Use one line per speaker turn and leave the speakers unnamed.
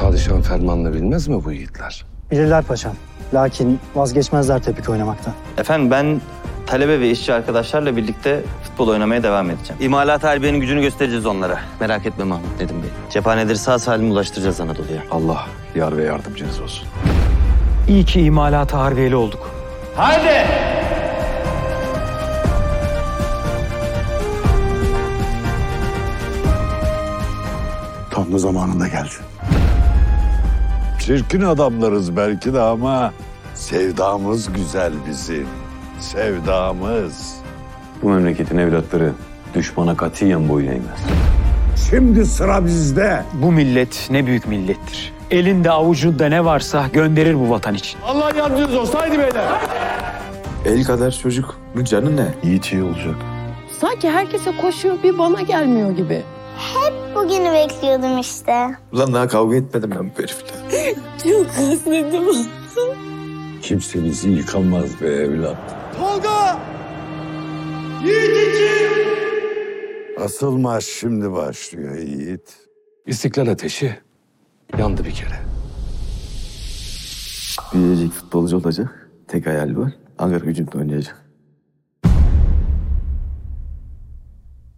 Padişahın fermanını bilmez mi bu yiğitler?
Bilirler paşam. Lakin vazgeçmezler tepik oynamaktan.
Efendim ben talebe ve işçi arkadaşlarla birlikte futbol oynamaya devam edeceğim. İmalat harbiyenin gücünü göstereceğiz onlara. Merak etme Mahmut Nedim Bey. Cephaneleri sağ salim ulaştıracağız Anadolu'ya.
Allah yar ve yardımcınız olsun.
İyi ki imalata harbiyeli olduk.
Tam da zamanında geldi.
Çirkin adamlarız belki de ama sevdamız güzel bizim. Sevdamız.
Bu memleketin evlatları düşmana katiyen boyun eğmez.
Şimdi sıra bizde.
Bu millet ne büyük millettir. Elinde avucunda ne varsa gönderir bu vatan için.
El kadar çocuk. Bu canı ne?
Yiğit iyi olacak.
Sanki herkese koşuyor bir bana gelmiyor gibi.
Bugünü bekliyordum işte.
Ulan daha kavga etmedim ben bu herifle.
Çok özledim.
Kimseniz yıkılmaz be evlat. Tolga! Yiğit için! Asıl maç şimdi başlıyor Yiğit.
İstiklal ateşi yandı bir kere.
Büyüyecek futbolcu olacak. Tek hayali var. Ankara gücünde oynayacak.